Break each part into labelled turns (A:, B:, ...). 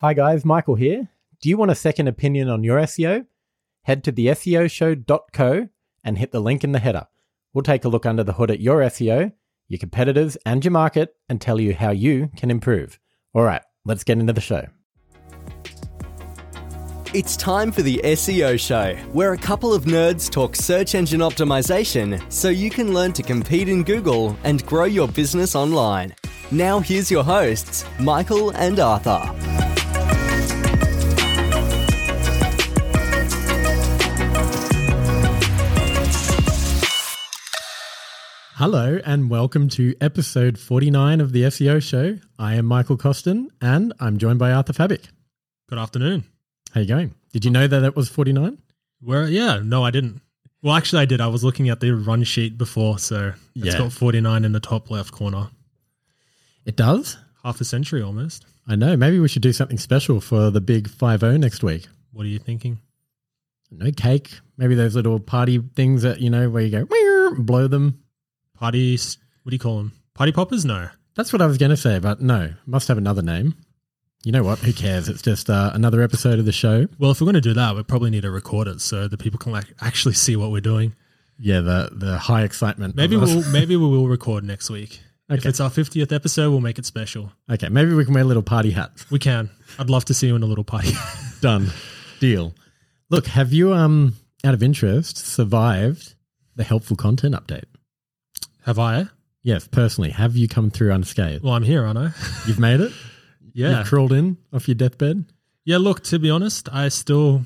A: Hi guys, Michael here. Do you want a second opinion on your SEO? Head to the SEOshow.co and hit the link in the header. We'll take a look under the hood at your SEO, your competitors, and your market and tell you how you can improve. All right, let's get into the show.
B: It's time for the SEO Show, where a couple of nerds talk search engine optimization so you can learn to compete in Google and grow your business online. Now, here's your hosts, Michael and Arthur.
A: Hello, and welcome to episode 49 of the SEO Show. I am Michael Costin, and I'm joined by Arthur Fabic.
C: Good afternoon.
A: How you going? Did you know that it was 49?
C: Where? Yeah, no, I didn't. Well, actually, I did. I was looking at the run sheet before, so it's
A: Yeah.
C: got 49 in the top left corner.
A: It does?
C: Half a century almost.
A: I know. Maybe we should do something special for the big 5 next week.
C: What are you thinking?
A: No cake. Maybe those little party things that, you know, where you go, "Meow," blow them.
C: Party, s- what do you call them? Party poppers? No.
A: That's what I was going to say, but no, must have another name. You know what? Who cares? It's just uh, another episode of the show.
C: Well, if we're going to do that, we probably need to record it so that people can like actually see what we're doing.
A: Yeah, the the high excitement.
C: Maybe
A: of us.
C: we'll maybe we will record next week. If
A: Okay.
C: it's our 50th episode, we'll make it special.
A: okay, maybe we can wear little party hats.
C: We can. I'd love to see you in a little party.
A: Done, deal. Look, have you um out of interest survived the helpful content update?
C: Have I?
A: Yes, personally, have you come through unscathed?
C: Well, I'm here, aren't I?
A: You've made it.
C: Yeah.
A: You've crawled in off your deathbed.
C: Yeah, look, to be honest, I still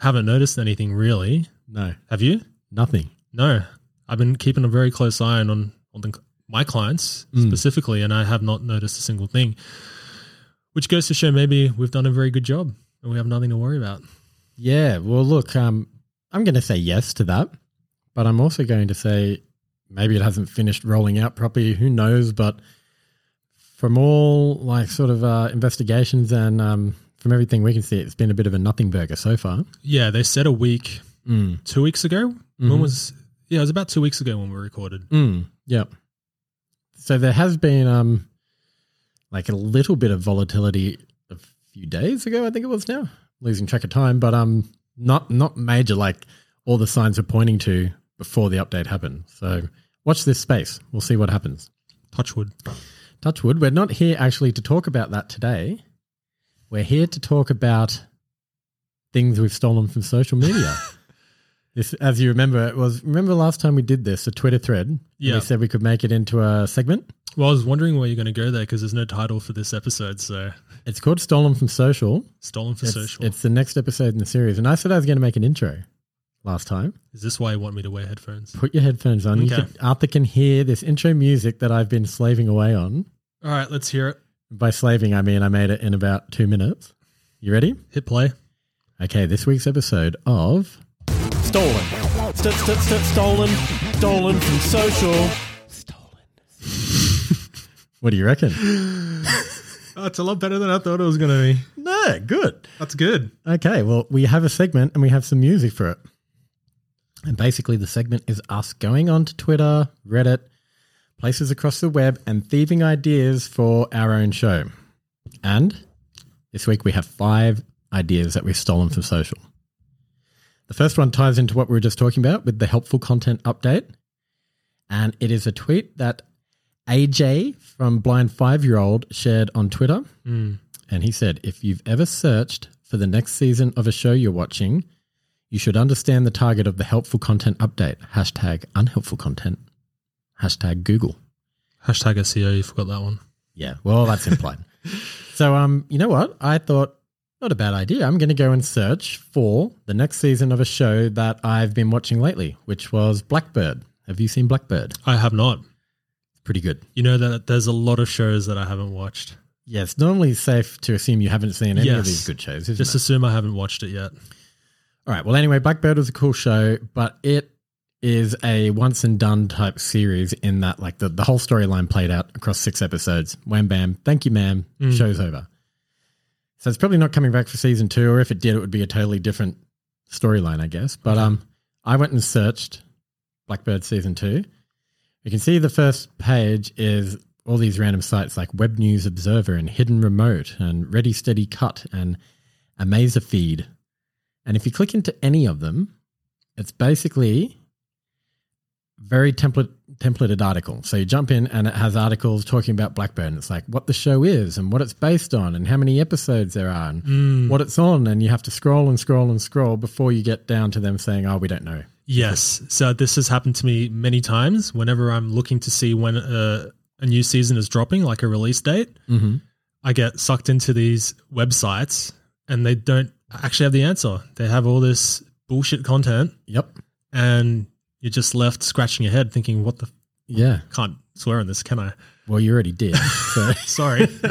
C: haven't noticed anything really.
A: No,
C: Have you?
A: nothing.
C: No, I've been keeping a very close eye on on, on the, my clients
A: Mm.
C: specifically, and I have not noticed a single thing. Which goes to show maybe we've done a very good job, and we have nothing to worry about.
A: Yeah. Well, look, um, I'm going to say yes to that, but I'm also going to say maybe it hasn't finished rolling out properly. Who knows? But from all like sort of uh, investigations and um, from everything we can see, it's been a bit of a nothing burger so far.
C: Yeah, they said a week,
A: Mm.
C: two weeks ago.
A: Mhm.
C: When was? Yeah, it was about two weeks ago when we recorded.
A: Mm. Yep. So there has been um, like a little bit of volatility a few days ago. I think it was now losing track of time, but um, not not major. Like all the signs were pointing to before the update happened. So watch this space. We'll see what happens.
C: Touchwood.
A: Touchwood. We're not here actually to talk about that today. We're here to talk about things we've stolen from social media. this, as you remember, it was remember last time we did this a Twitter thread. and
C: Yeah.
A: we said we could make it into a segment.
C: Well, I was wondering where you're going to go there because there's no title for this episode. So
A: It's called Stolen from Social.
C: stolen for
A: It's,
C: social.
A: it's the next episode in the series, and I said I was going to make an intro last time.
C: Is this why you want me to wear headphones?
A: Put your headphones on. You
C: Okay.
A: can, Arthur can hear this intro music that I've been slaving away on.
C: All right, let's hear it.
A: By slaving, I mean I made it in about two minutes. You ready?
C: Hit play.
A: Okay, this week's episode of
D: Stolen. St- st- st- stolen. Stolen from social.
A: What do you reckon?
C: Oh, it's a lot better than I thought it was going to be.
A: no, good.
C: That's good.
A: Okay, well, we have a segment and we have some music for it. And basically, the segment is us going onto Twitter, Reddit, places across the web, and thieving ideas for our own show. And this week, we have five ideas that we've stolen from social. The first one ties into what we were just talking about with the helpful content update. And it is a tweet that AJ from Blind Five Year Old shared on Twitter. And he said, if you've ever searched for the next season of a show you're watching, you should understand the target of the helpful content update. Hashtag unhelpful content. Hashtag Google.
C: Hashtag SEO, you forgot that one.
A: Yeah. Well, that's implied. so, um, you know what? I thought, not a bad idea. I'm going to go and search for the next season of a show that I've been watching lately, which was Blackbird. Have you seen Blackbird?
C: I have not.
A: Pretty good.
C: You know that there's a lot of shows that I haven't watched.
A: Yeah, it's normally safe to assume you haven't seen any of
C: Yes.
A: these good shows. Isn't
C: Just
A: it?
C: assume I haven't watched it yet.
A: All right. Well, anyway, Blackbird was a cool show, but it is a once and done type series in that, like, the, the whole storyline played out across six episodes. Wham bam. Thank you, ma'am.
C: Mm.
A: Show's over. So it's probably not coming back for season two, or if it did, it would be a totally different storyline, I guess. But um, I went and searched Blackbird season two. You can see the first page is all these random sites like Web News Observer and Hidden Remote and Ready Steady Cut and Amazer Feed. And if you click into any of them, it's basically very template templated article. So you jump in and it has articles talking about Blackburn. It's like what the show is and what it's based on and how many episodes there are and
C: Mm-hmm.
A: what it's on. And you have to scroll and scroll and scroll before you get down to them saying, "Oh, we don't know."
C: Yes. So this has happened to me many times. Whenever I'm looking to see when a, a new season is dropping, like a release date,
A: Mm-hmm.
C: I get sucked into these websites and they don't actually have the answer. They have all this bullshit content
A: Yep.
C: and you're just left scratching your head thinking, what the f-
A: Yeah.
C: can't swear on this, can I?
A: Well, you already did. So.
C: Sorry.
A: Do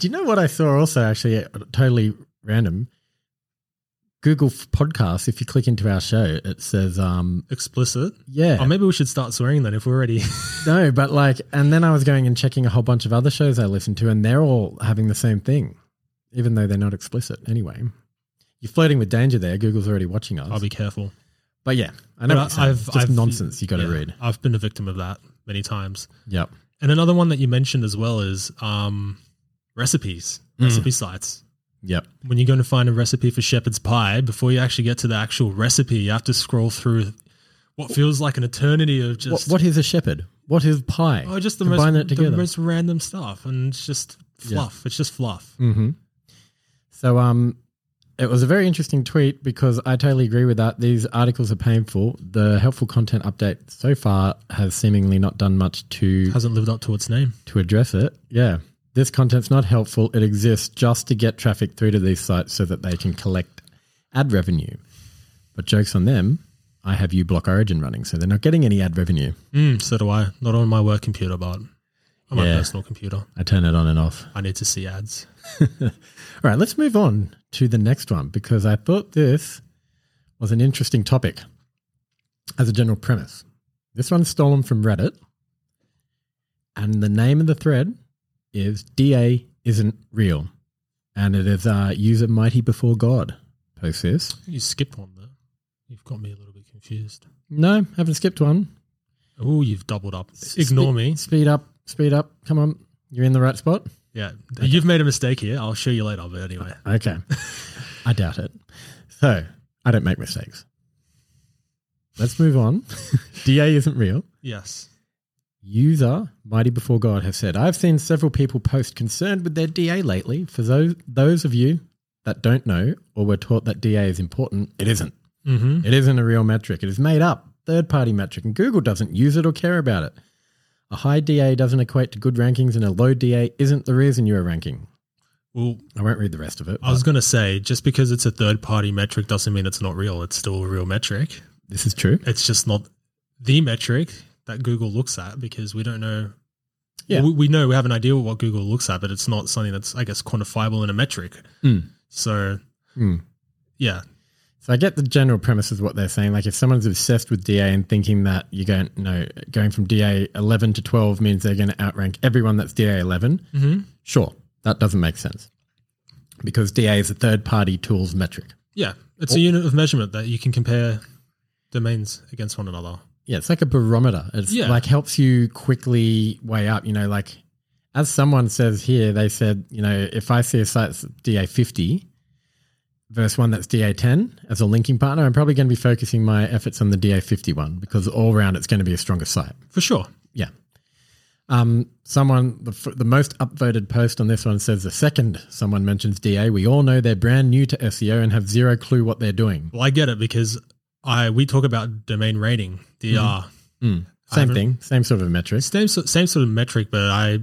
A: you know what I saw also, actually, uh, totally random? Google f- Podcasts, if you click into our show, it says, um,
C: Explicit.
A: yeah,
C: Oh, maybe we should start swearing then if we're already.
A: no, but like, and then I was going and checking a whole bunch of other shows I listen to, and they're all having the same thing, even though they're not explicit anyway. You're flirting with danger there. Google's already watching us.
C: I'll be careful.
A: but yeah, I know
C: But
A: what you're saying. It's just nonsense you got to
C: yeah,
A: read.
C: I've been a victim of that many times.
A: Yep.
C: And another one that you mentioned as well is um, recipes,
A: Hmm.
C: recipe sites.
A: Yep.
C: When you're going to find a recipe for shepherd's pie, before you actually get to the actual recipe, you have to scroll through what feels like an eternity of
A: What,
C: just
A: what is a shepherd? What is pie?
C: oh, just the
A: Combine
C: most
A: it together.
C: the most random stuff, and it's just fluff. It's just fluff.
A: Mm-hmm. So, um, it was a very interesting tweet because I totally agree with that. These articles are painful. The helpful content update so far has seemingly not done much to
C: Hasn't lived up to its name.
A: to address it. Yeah, this content's not helpful. It exists just to get traffic through to these sites so that they can collect ad revenue. But jokes on them. I have uBlock Origin running, so they're not getting any ad revenue.
C: Mm, so do I. Not on my work computer, but on my
A: Yeah.
C: personal computer.
A: I turn it on and off.
C: I need to see ads.
A: All right, let's move on to the next one because I thought this was an interesting topic as a general premise. This one's stolen from Reddit, and the name of the thread is DA isn't real. And it is uh, user Mighty Before God posts this.
C: You skipped one there. You've got me a little bit confused.
A: No, haven't skipped one.
C: Oh, you've doubled up. Ignore
A: Spe-
C: me.
A: Speed up, speed up. Come on, you're in the right spot.
C: Yeah, you've made a mistake here. I'll show you later. But anyway,
A: Okay. I doubt it. So I don't make mistakes. Let's move on. DA isn't real.
C: yes,
A: User Mighty Before God have said, I've seen several people post concerned with their DA lately. For those, those of you that don't know or were taught that DA is important, it isn't.
C: mm-hmm.
A: It isn't a real metric. It is made up, third party metric, and Google doesn't use it or care about it. A high DA doesn't equate to good rankings, and a low DA isn't the reason you are ranking.
C: Well,
A: I won't read the rest of it.
C: I was going to say just because it's a third-party metric doesn't mean it's not real. It's still a real metric.
A: but this is true.
C: It's just not the metric that Google looks at because we don't know.
A: Yeah.
C: we, we know we have an idea of what Google looks at, but it's not something that's I guess quantifiable in a metric.
A: Mm.
C: So,
A: Hmm.
C: yeah,
A: So I get the general premise of what they're saying. Like if someone's obsessed with DA and thinking that you're going, no, going from DA 11 to 12 means they're going to outrank everyone that's DA 11.
C: mm-hmm.
A: Sure, that doesn't make sense because DA is a third party tools metric.
C: yeah, it's a unit of measurement that you can compare domains against one another.
A: Yeah, it's like a barometer. It's
C: Yeah.
A: like helps you quickly weigh up, you know, like as someone says here, they said, you know, if I see a site that's DA 50 versus one that's DA 10 as a linking partner, I'm probably going to be focusing my efforts on the DA 51 because all round it's going to be a stronger site.
C: For sure.
A: Yeah. Um, someone, the, f- the most upvoted post on this one says the second someone mentions DA, we all know they're brand new to SEO and have zero clue what they're doing.
C: Well, I get it because I we talk about domain rating, DR,
A: Same
C: haven't-
A: thing, same sort of metric.
C: same so- same sort of metric, but I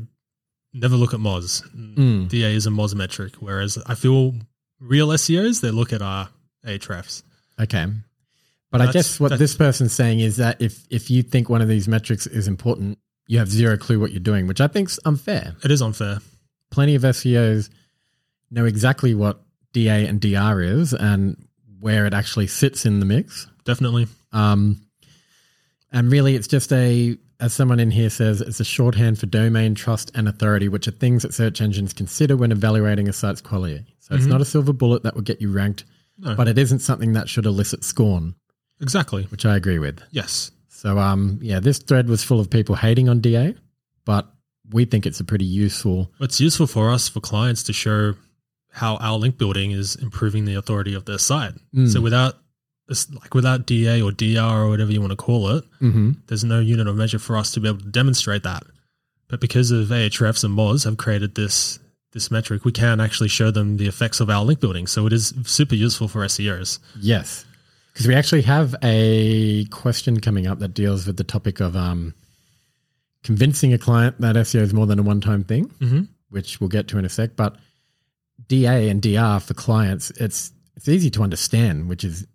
C: never look at Moz.
A: Mm.
C: DA is a Moz metric, whereas I feel real SEOs they look at our Ahrefs.
A: Okay. But I
C: That's-
A: guess what
C: that's-
A: this person's saying is that if, if you think one of these metrics is important, you have zero clue what you're doing, which I think's unfair.
C: It is unfair.
A: plenty of SEOs know exactly what DA and DR is and where it actually sits in the mix.
C: Definitely.
A: Um, and really, it's just a, as someone in here says, it's a shorthand for domain, trust, and authority, which are things that search engines consider when evaluating a site's quality. So it's not a silver bullet that will get you ranked,
C: Mm-hmm. No.
A: but it isn't something that should elicit scorn,
C: Exactly.
A: which I agree with.
C: Yes.
A: So um yeah, this thread was full of people hating on DA, but we think it's a pretty useful.
C: It's useful for us for clients to show how our link building is improving the authority of their site.
A: Hmm.
C: So without it's like without DA or DR or whatever you want to call it,
A: Mhm.
C: there's no unit of measure for us to be able to demonstrate that. But because of Ahrefs and Moz have created this this metric, we can actually show them the effects of our link building. So it is super useful for E SEOs.
A: Yes. Because we actually have a question coming up that deals with the topic of um, convincing a client that SEO is more than a one time thing,
C: Mhm.
A: which we'll get to in a sec. But DA and DR for clients, it's it's easy to understand, which is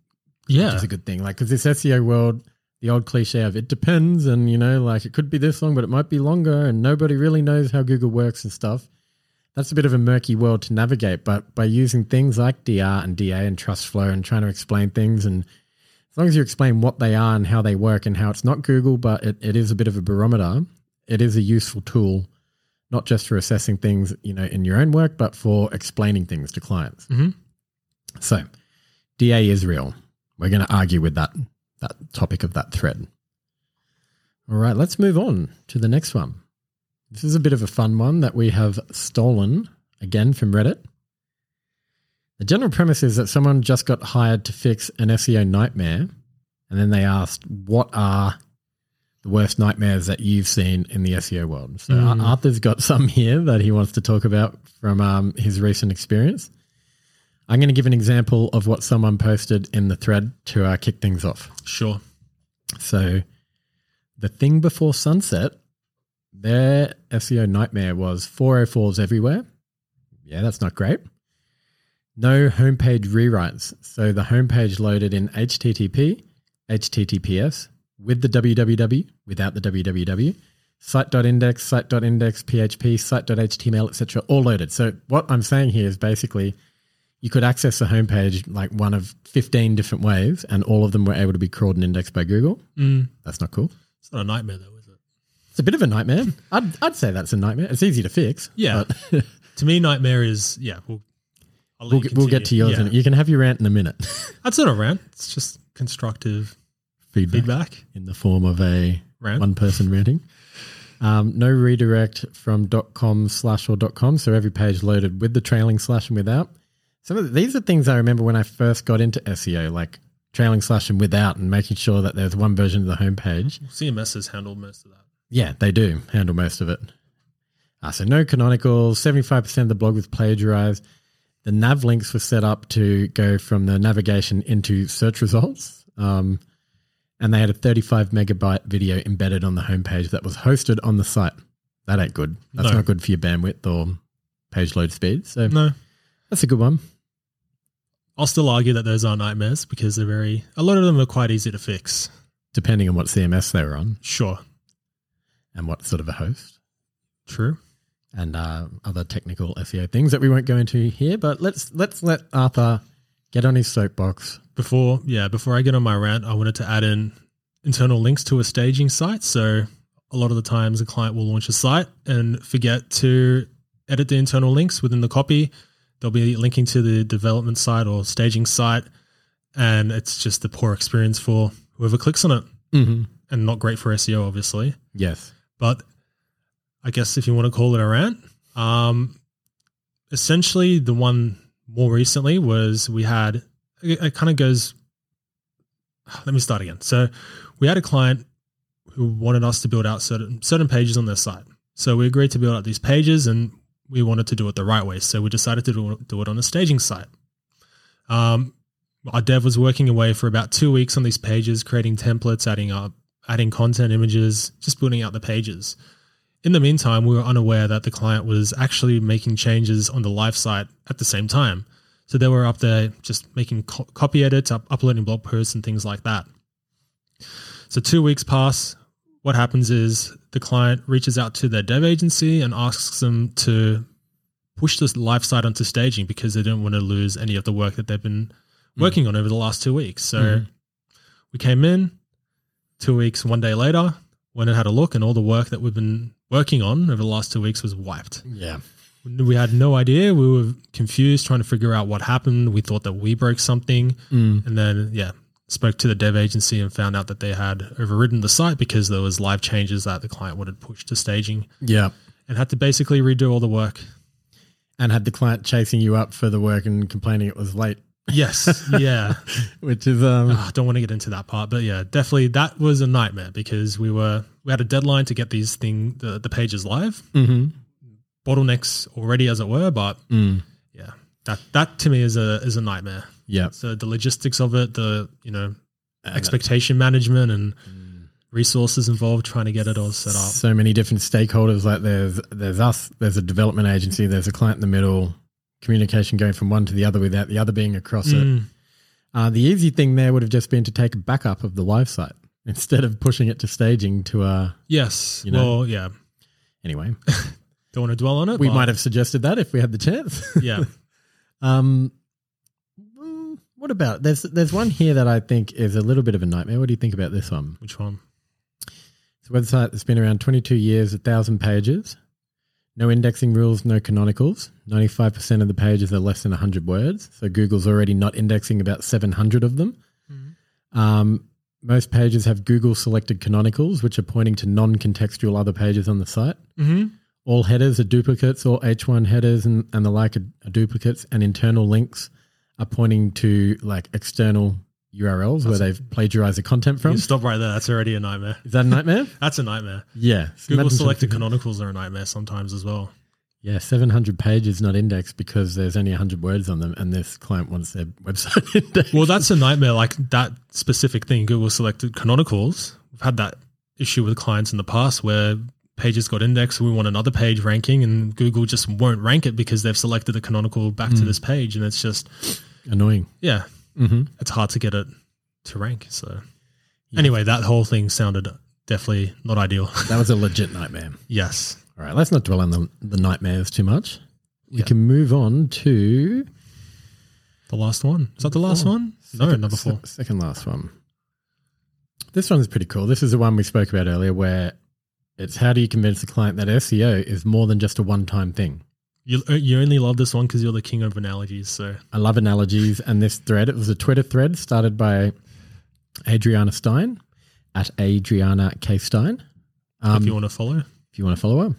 A: which
C: Yeah,
A: is a good thing. Like, because this SEO world, the old cliche of it depends, and you know, like it could be this long, but it might be longer, and nobody really knows how Google works and stuff. That's a bit of a murky world to navigate. But by using things like DR and DA and Trust Flow and trying to explain things, and as long as you explain what they are and how they work and how it's not Google, but it, it is a bit of a barometer, it is a useful tool. Not just for assessing things, you know, in your own work, but for explaining things to clients.
C: Mhm.
A: So, DA is real. We're going to argue with that that topic of that thread. All right, let's move on to the next one. This is a bit of a fun one that we have stolen again from Reddit. The general premise is that someone just got hired to fix an SEO nightmare, and then they asked, "What are the worst nightmares that you've seen in the SEO world?" So Ar- Arthur's got some here that he wants to talk about from um, his recent experience. I'm going to give an example of what someone posted in the thread to uh, kick things off.
C: sure.
A: So, the thing before sunset, their SEO nightmare was 404s everywhere. Yeah, that's not great. No homepage rewrites. So, the homepage loaded in HTTP, HTTPS with the www, without the www, site.index, site.index, PHP, site.html, etc., all loaded. So, what I'm saying here is basically you could access the homepage like one of 15 different ways, and all of them were able to be crawled and indexed by Google. That's not cool.
C: It's not a nightmare though, is it?
A: It's a bit of a nightmare. I'd, I'd say that's a nightmare. It's easy to fix.
C: Yeah. to me, nightmare is yeah. We'll, I'll let
A: We'll,
C: you
A: get- we'll get to
C: continue.
A: yours.
C: Yeah.
A: In, you can have your rant in a minute.
C: That's not a rant. It's just constructive
A: Feedback.
C: feedback.
A: in the form of a
C: Rant.
A: one person ranting. Um, no redirect from .com slash or .com. So every page loaded with the trailing slash and without. Some of the, these are things I remember when I first got into SEO, like trailing slash and without, and making sure that there's one version of the homepage
C: CMS has handled most of that.
A: Yeah, they do handle most of it. Uh, so no canonicals. Seventy-five percent of the blog was plagiarized. The nav links were set up to go from the navigation into search results, um, and they had a thirty-five megabyte video embedded on the homepage that was hosted on the site. That ain't good. That's
C: No.
A: not good for your bandwidth or page load speed. So
C: No,
A: that's a good one.
C: I'll still argue that those are nightmares because they're very. A lot of them are quite easy to fix.
A: Depending on what CMS they were on
C: Sure,
A: and what sort of a host.
C: true.
A: and uh, other technical SEO things that we won't go into here. But let's let's let Arthur get on his soapbox.
C: Before yeah, before I get on my rant, I wanted to add in internal links to a staging site. So a lot of the times, a client will launch a site and forget to edit the internal links within the copy. They'll be linking to the development site or staging site, and it's just a poor experience for whoever clicks on it,
A: Mm-hmm.
C: and not great for SEO, obviously.
A: Yes.
C: but I guess if you want to call it a rant, um, essentially the one more recently was we had it, it kind of goes. Let me start again. So we had a client who wanted us to build out certain certain pages on their site. So we agreed to build out these pages, and we wanted to do it the right way. So we decided to do, do it on a staging site. Um, our dev was working away for about two weeks on these pages, creating templates, adding up, adding content images, just building out the pages. In the meantime, we were unaware that the client was actually making changes on the live site at the same time. So they were up there just making co- copy edits, up- uploading blog posts, and things like that. So two weeks pass. What happens is the client reaches out to their dev agency and asks them to push this live site onto staging because they didn't want to lose any of the work that they've been working on over the last two weeks. So we came in two weeks, one day later, went and had a look, and all the work that we've been working on over the last two weeks was wiped.
A: Yeah.
C: We had no idea. We were confused, trying to figure out what happened. We thought that we broke something.
A: Mm.
C: And then, yeah, spoke to the dev agency and found out that they had overridden the site because there was live changes that the client wanted pushed to staging
A: Yeah.
C: and had to basically redo all the work.
A: and had the client chasing you up for the work and complaining it was late,
C: Yes, yeah.
A: which is um,
C: Ah, don't want to get into that part, but yeah, definitely that was a nightmare because we were we had a deadline to get these thing the, the pages live.
A: mhm.
C: Bottlenecks already, as it were, but
A: Mm.
C: yeah, that that to me is a is a nightmare.
A: yeah.
C: So the logistics of it, the you know
A: And Mm.
C: expectation management and resources involved trying to get it all set up.
A: so many different stakeholders. Like there's there's us, there's a development agency, there's a client in the middle. Communication going from one to the other without the other being across it.
C: Mm,
A: Uh, the easy thing there would have just been to take a backup of the live site instead of pushing it to staging. To uh,
C: yes.
A: You know?
C: Well, yeah.
A: anyway,
C: Don't want to dwell on it.
A: we
C: but
A: might have suggested that if we had the chance.
C: Yeah.
A: Um, mm, what about there's there's one here that I think is a little bit of a nightmare. What do you think about this one?
C: Which one?
A: It's a website that's been around 22 years, a thousand pages, no indexing rules, no canonicals. 95% of the pages are less than 100 words, so Google's already not indexing about 700 of them. Um, most pages have Google selected canonicals, which are pointing to non-contextual other pages on the site.
C: Mm-hmm.
A: All headers are duplicates, all H1 headers and, and the like are, are duplicates, and internal links are pointing to like external URLs where they've plagiarized the content from.
C: You
A: Is
C: stop right there. That's already a nightmare.
A: that a nightmare?
C: That's a nightmare.
A: yeah.
C: Google
A: Imagine
C: selected
A: something-
C: canonicals are a nightmare sometimes as well.
A: Yeah, 700 pages not indexed because there's only 100 words on them, and this client wants their website indexed.
C: Well, that's a nightmare. Like that specific thing, Google selected canonicals. We've had that issue with clients in the past where pages got indexed. We want another page ranking, and Google just won't rank it because they've selected a canonical back
A: Hmm.
C: to this page, and it's just
A: Annoying.
C: yeah,
A: Mm-hmm.
C: it's hard to get it to rank. So anyway, that whole thing sounded definitely not ideal.
A: That was a legit nightmare.
C: yes.
A: All right, let's not dwell on the, the nightmares too much. We
C: Yeah.
A: can move on to
C: The last one. Is that Oh, the last
A: four.
C: one? No, number four.
A: Se- Oh, Second last one. This one's pretty cool. This is the one we spoke about earlier where it's how do you convince the client that SEO is more than just a one time thing?
C: You, you only love this one because you're the king of analogies. So
A: I love analogies and this thread. It was a Twitter thread started by Adriana Stein at Adriana K. Stein. Um,
C: if you want to follow,
A: to follow her.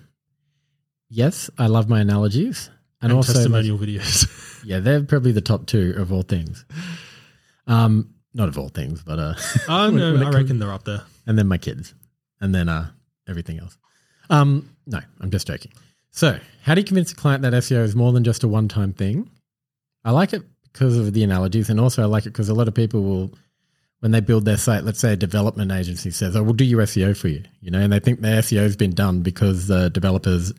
A: Yes, I love my analogies. And,
C: and
A: also
C: testimonial videos.
A: yeah, they're probably the top two of all things. Um, not of all things, but uh
C: Oh
A: When-
C: no,
A: when it
C: I
A: comes-
C: reckon they're up there.
A: and then my kids, and then uh, everything else. Um, no, I'm just joking. So, how do you convince a client that SEO is more than just a one time thing? I like it because of the analogies, and also I like it because a lot of people will, when they build their site, let's say a development agency says, "Oh, we'll do your SEO for you," you know, and they think their SEO has been done because the developers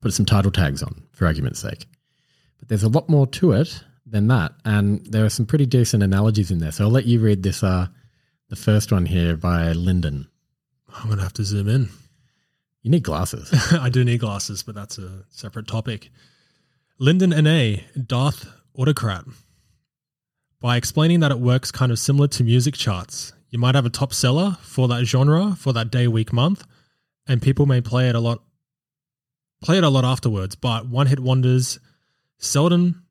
A: put some title tags on, for argument's sake. But there's a lot more to it than that, and there are some pretty decent analogies in there. So I'll let you read this. Uh, the first one here by Lyndon.
C: I'm gonna have to zoom in.
A: You need glasses.
C: I do need glasses, but that's a separate topic. Lyndon Na Darth Autocrat. By explaining that it works kind of similar to music charts, you might have a top seller for that genre for that day, week, month, and people may play it a lot, play it a lot afterwards. But one-hit wonders seldom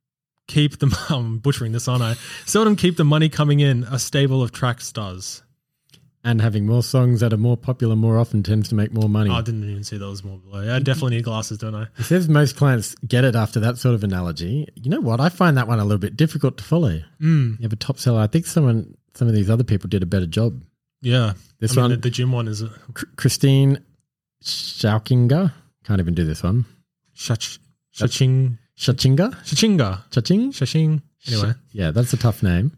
C: keep the. I'm butchering this, aren't I? Seldom keep the money coming in. A stable of tracks does.
A: and having more songs that are more popular more often tends to make more money.
C: Oh, I didn't even see that was more below. I definitely need glasses, don't I?
A: It says most clients get it after that sort of analogy. You know what? I find that one a little bit difficult to follow.
C: Mm,
A: You have a top seller. I think someone, some of these other people did a better job.
C: yeah.
A: This
C: I mean,
A: one,
C: the, the gym one is
A: Cr- Christine Schaukinger. Can't even do this one.
C: shach shaching
A: Schachinga?
C: shachinga
A: Schaching?
C: shaching. Anyway,
A: Yeah, that's a tough name.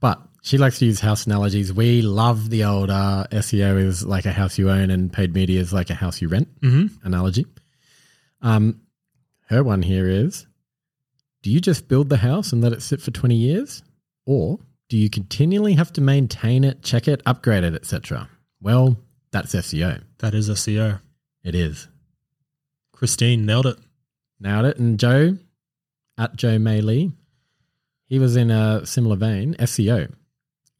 A: But she likes to use house analogies. We love the old uh, SEO is like a house you own and paid media is like a house you rent
C: Mhm.
A: analogy. Um, her one here is do you just build the house and let it sit for 20 years? Or do you continually have to maintain it, check it, upgrade it, etc.? Well, that's SEO.
C: that is SEO.
A: It is.
C: Christine nailed it.
A: Nailed it. And Joe, at Joe May Lee, he was in a similar vein. SEO.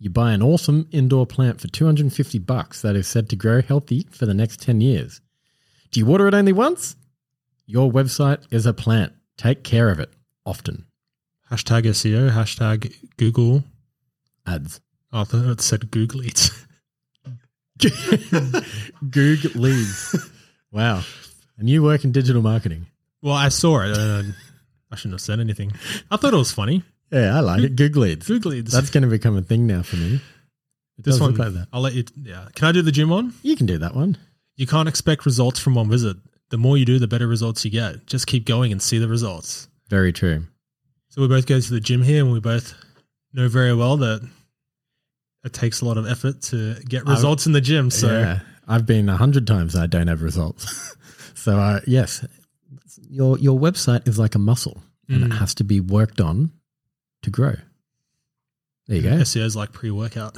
A: You buy an awesome indoor plant for 250 bucks that is said to grow healthy for the next 10 years. Do you water it only once? Your website is a plant. Take care of it often.
C: Hashtag SEO. Hashtag Google.
A: Ads.
C: Oh, I thought it said Google Eats.
A: Goog leads. Wow. And you work in digital marketing.
C: Well, I saw it. And I shouldn't have said anything. I thought it was funny.
A: Yeah, I like it. Google it.
C: Google it.
A: That's going to become a thing now for me. It
C: this
A: does
C: one.
A: look like that.
C: I'll let you. Yeah. Can I do the gym one?
A: You can do that one.
C: You can't expect results from one visit. The more you do, the better results you get. Just keep going and see the results.
A: Very true.
C: So we both go to the gym here, and we both know very well that it takes a lot of effort to get results in the gym. So
A: yeah, I've been a hundred times. I don't have results. so uh, yes, your your website is like a muscle, and
C: Mm.
A: it has to be worked on to grow. There you go.
C: SEO is like pre-workout.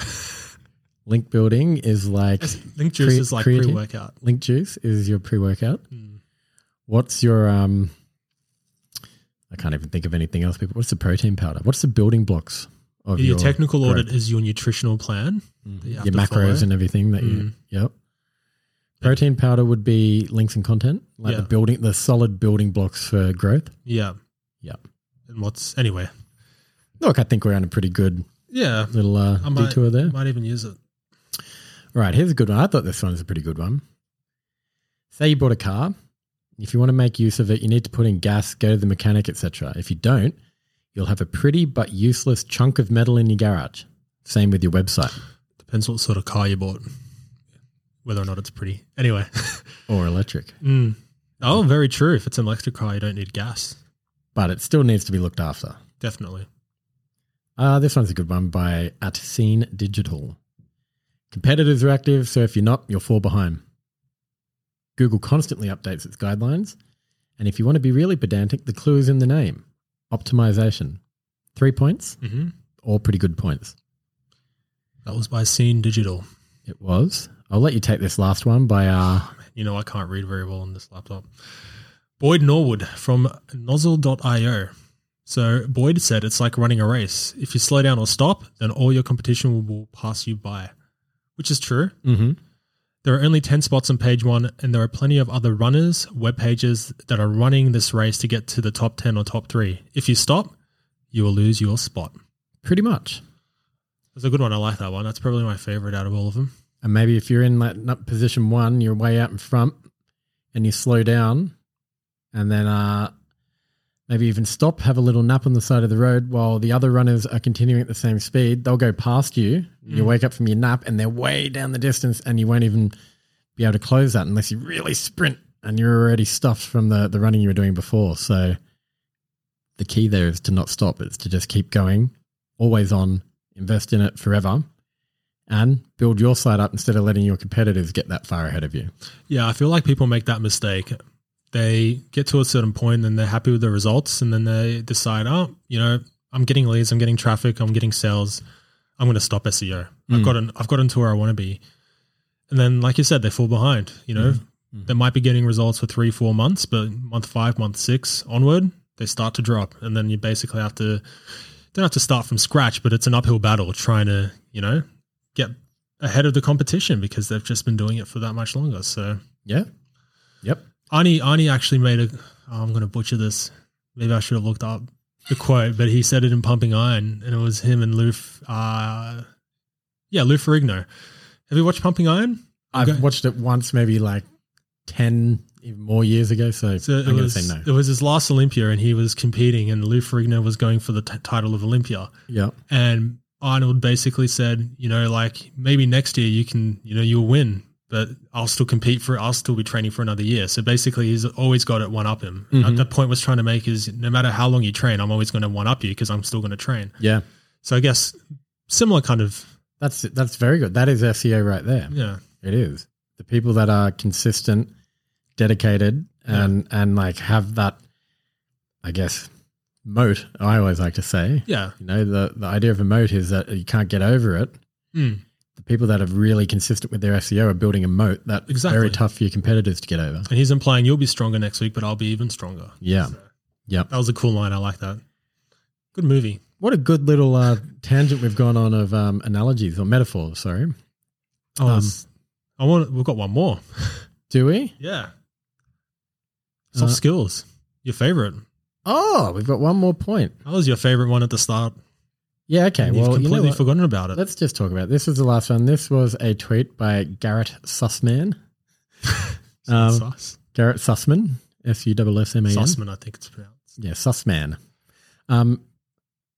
A: Link building is like
C: Link juice
A: Crea-
C: is like
A: creatine?
C: pre-workout.
A: link juice is your pre workout. What's your um? I can't even think of anything else. People, what's the protein powder? What's the building blocks of
C: Your, technical
A: growth?
C: audit is your nutritional plan. that you have
A: your
C: to
A: macros
C: follow.
A: and everything that
C: Mm.
A: you yep protein powder would be links and content like the
C: Yeah.
A: building the solid building blocks for growth
C: yeah.
A: yep
C: And what's anyway?
A: look i think we're on a pretty good
C: Yeah,
A: little uh,
C: I might,
A: detour there
C: might even use it.
A: right here's a good one i thought this one was a pretty good one say you bought a car if you want to make use of it you need to put in gas go to the mechanic etc if you don't you'll have a pretty but useless chunk of metal in your garage same with your website
C: Depends what sort of car you bought, whether or not it's pretty. Anyway,
A: or electric
C: Mm. oh, very true. If it's an electric car, you don't need gas.
A: but it still needs to be looked after
C: Definitely.
A: Uh, this one's a good one by At Scene Digital. Competitors are active, so if you're not, you'll fall behind. Google constantly updates its guidelines. And if you want to be really pedantic, the clue is in the name optimization. Three points,
C: Mhm.
A: all pretty good points.
C: That was by Scene Digital.
A: It was. I'll let you take this last one by uh,
C: You know, I can't read very well on this laptop. Boyd Norwood from nozzle.io. So Boyd said it's like running a race. If you slow down or stop, then all your competition will pass you by, which is true.
A: mhm.
C: There are only 10 spots on page one, and there are plenty of other runners, web pages that are running this race to get to the top 10 or top three. If you stop, you will lose your spot.
A: pretty much.
C: That's a good one. I like that one. That's probably my favorite out of all of them.
A: And maybe if you're in like not position one, you're way out in front, and you slow down, and then uh, maybe even stop, have a little nap on the side of the road while the other runners are continuing at the same speed. They'll go past you. You wake up from your nap, and they're way down the distance, and you won't even be able to close that unless you really sprint. And you're already stuffed from the the running you were doing before. So the key there is to not stop. It's to just keep going, always on. Invest in it forever and build your site up instead of letting your competitors get that far ahead of you.
C: Yeah, I feel like people make that mistake. They get to a certain point and they're happy with the results, and then they decide, oh, you know, I'm getting leads, I'm getting traffic, I'm getting sales, I'm going to stop SEO. I've gotten, I've gotten to where I want to be, and then, like you said, they fall behind. You know, they might be getting results for three, four months, but month five, month six onward, they start to drop, and then you basically have to don't have to start from scratch, but it's an uphill battle trying to, you know, get ahead of the competition because they've just been doing it for that much longer. So
A: Yeah. Yep.
C: Arnie Arnie actually made a. Oh, I'm going to butcher this. Maybe I should have looked up the quote, but he said it in Pumping Iron, and it was him and Lou. F- Uh, yeah, Lou Ferrigno. Have you watched Pumping Iron?
A: I've
C: Okay.
A: watched it once, maybe like 10 even more years ago. So,
C: So
A: I'm
C: it
A: going to
C: was
A: say no.
C: it was his last Olympia, and he was competing, and Lou Ferrigno was going for the t- title of Olympia,
A: Yeah.
C: and Arnold basically said, you know, like maybe next year you can, you know, you'll win, but I'll still compete for, I'll still be training for another year. So basically, he's always got it one up him.
A: Mhm.
C: And the point was trying to make is no matter how long you train, I'm always going to one up you because I'm still going to train.
A: Yeah.
C: So I guess similar kind of,
A: That's that's very good. That is SEO right there.
C: yeah,
A: It is. The people that are consistent, dedicated and and like have that I guess moat, I always like to say.
C: yeah,
A: You know, the the idea of a moat is that you can't get over it.
C: Mm.
A: The people that are really consistent with their SEO are building a moat that's very
C: Exactly.
A: tough for your competitors to get over.
C: And he's implying you'll be stronger next week, but I'll be even stronger.
A: Yeah.
C: That was a cool line. I like that. Good movie.
A: What a good little uh, tangent we've gone on of um, analogies or metaphors. Sorry.
C: Oh,
A: Um,
C: it's- I want. We've got one more.
A: Do we?
C: Yeah. Soft
A: Uh,
C: skills. Your favorite.
A: Oh, we've got one more point.
C: That was your favorite one at the start.
A: Yeah. Okay.
C: and
A: Well,
C: you've
A: you know
C: completely
A: what?
C: forgotten about it.
A: Let's just talk about it. this. Was the last one? This was a tweet by Garrett Sussman.
C: That's
A: Um,
C: sus.
A: Garrett Sussman, S U S S M A N.
C: Sussman, I think it's pronounced.
A: Yeah, Sussman. Um,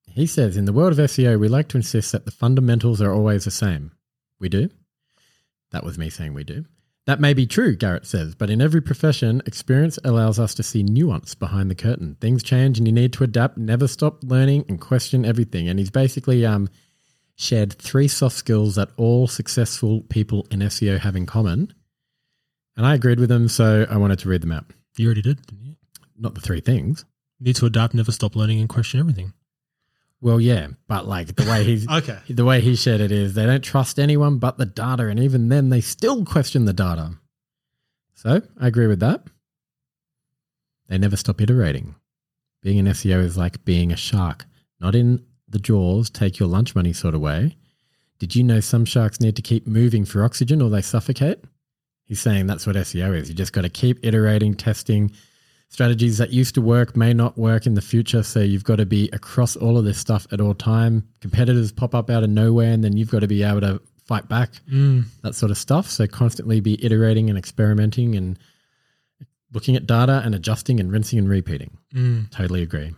A: he says in the world of SEO, we like to insist that the fundamentals are always the same. We do. That was me saying we do. That may be true, Garrett says, but in every profession, experience allows us to see nuance behind the curtain. Things change and you need to adapt, never stop learning and question everything. And he's basically um, shared three soft skills that all successful people in SEO have in common. And I agreed with him, so I wanted to read them out.
C: You already did, didn't you?
A: Not the three things.
C: Need to adapt, never stop learning, and question everything.
A: Well, yeah, but like the way he's
C: Okay.
A: the way he said it is they don't trust anyone but the data, and even then they still question the data. So I agree with that. They never stop iterating. Being an SEO is like being a shark, not in the jaws, take your lunch money sort of way. Did you know some sharks need to keep moving for oxygen or they suffocate? He's saying that's what SEO is. You just got to keep iterating, testing, strategies that used to work may not work in the future. So you've got to be across all of this stuff at all time. Competitors pop up out of nowhere, and then you've got to be able to fight back.
C: Mm.
A: That sort of stuff. So constantly be iterating and experimenting and looking at data and adjusting and rinsing and repeating.
C: Mm.
A: Totally agree.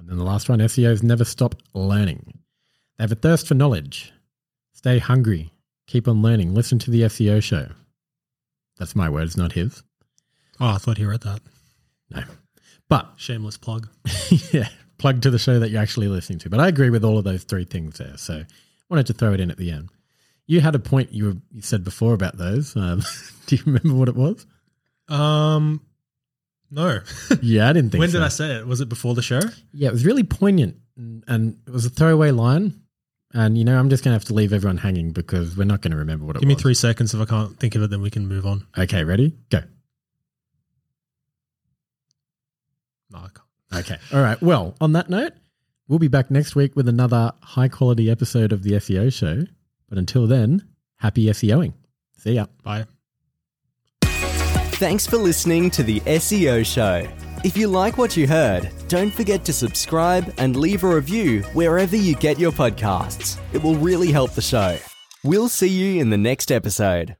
A: And then the last one SEOs never stop learning. They have a thirst for knowledge. Stay hungry. Keep on learning. Listen to the SEO show. That's my words, not his.
C: Oh, I thought he read that.
A: But
C: Shameless plug.
A: yeah, plug to the show that you're actually listening to. But I agree with all of those three things there. So I wanted to throw it in at the end. You had a point you, were, you said before about those. Um, do you remember what it was?
C: Um, no.
A: Yeah, I didn't think
C: when
A: so.
C: did I say it? Was it before the show?
A: Yeah, it was really poignant and, and it was a throwaway line. And, you know, I'm just going to have to leave everyone hanging because we're not going to remember what it
C: Give me
A: was.
C: three seconds. If I can't think of it, then we can move on.
A: Okay, ready? Go.
C: No, I can't.
A: Okay. All right. Well, on that note, we'll be back next week with another high quality episode of the SEO show. But until then, happy SEOing. See ya.
C: Bye.
B: Thanks for listening to the SEO Show. If you like what you heard, don't forget to subscribe and leave a review wherever you get your podcasts. It will really help the show. We'll see you in the next episode.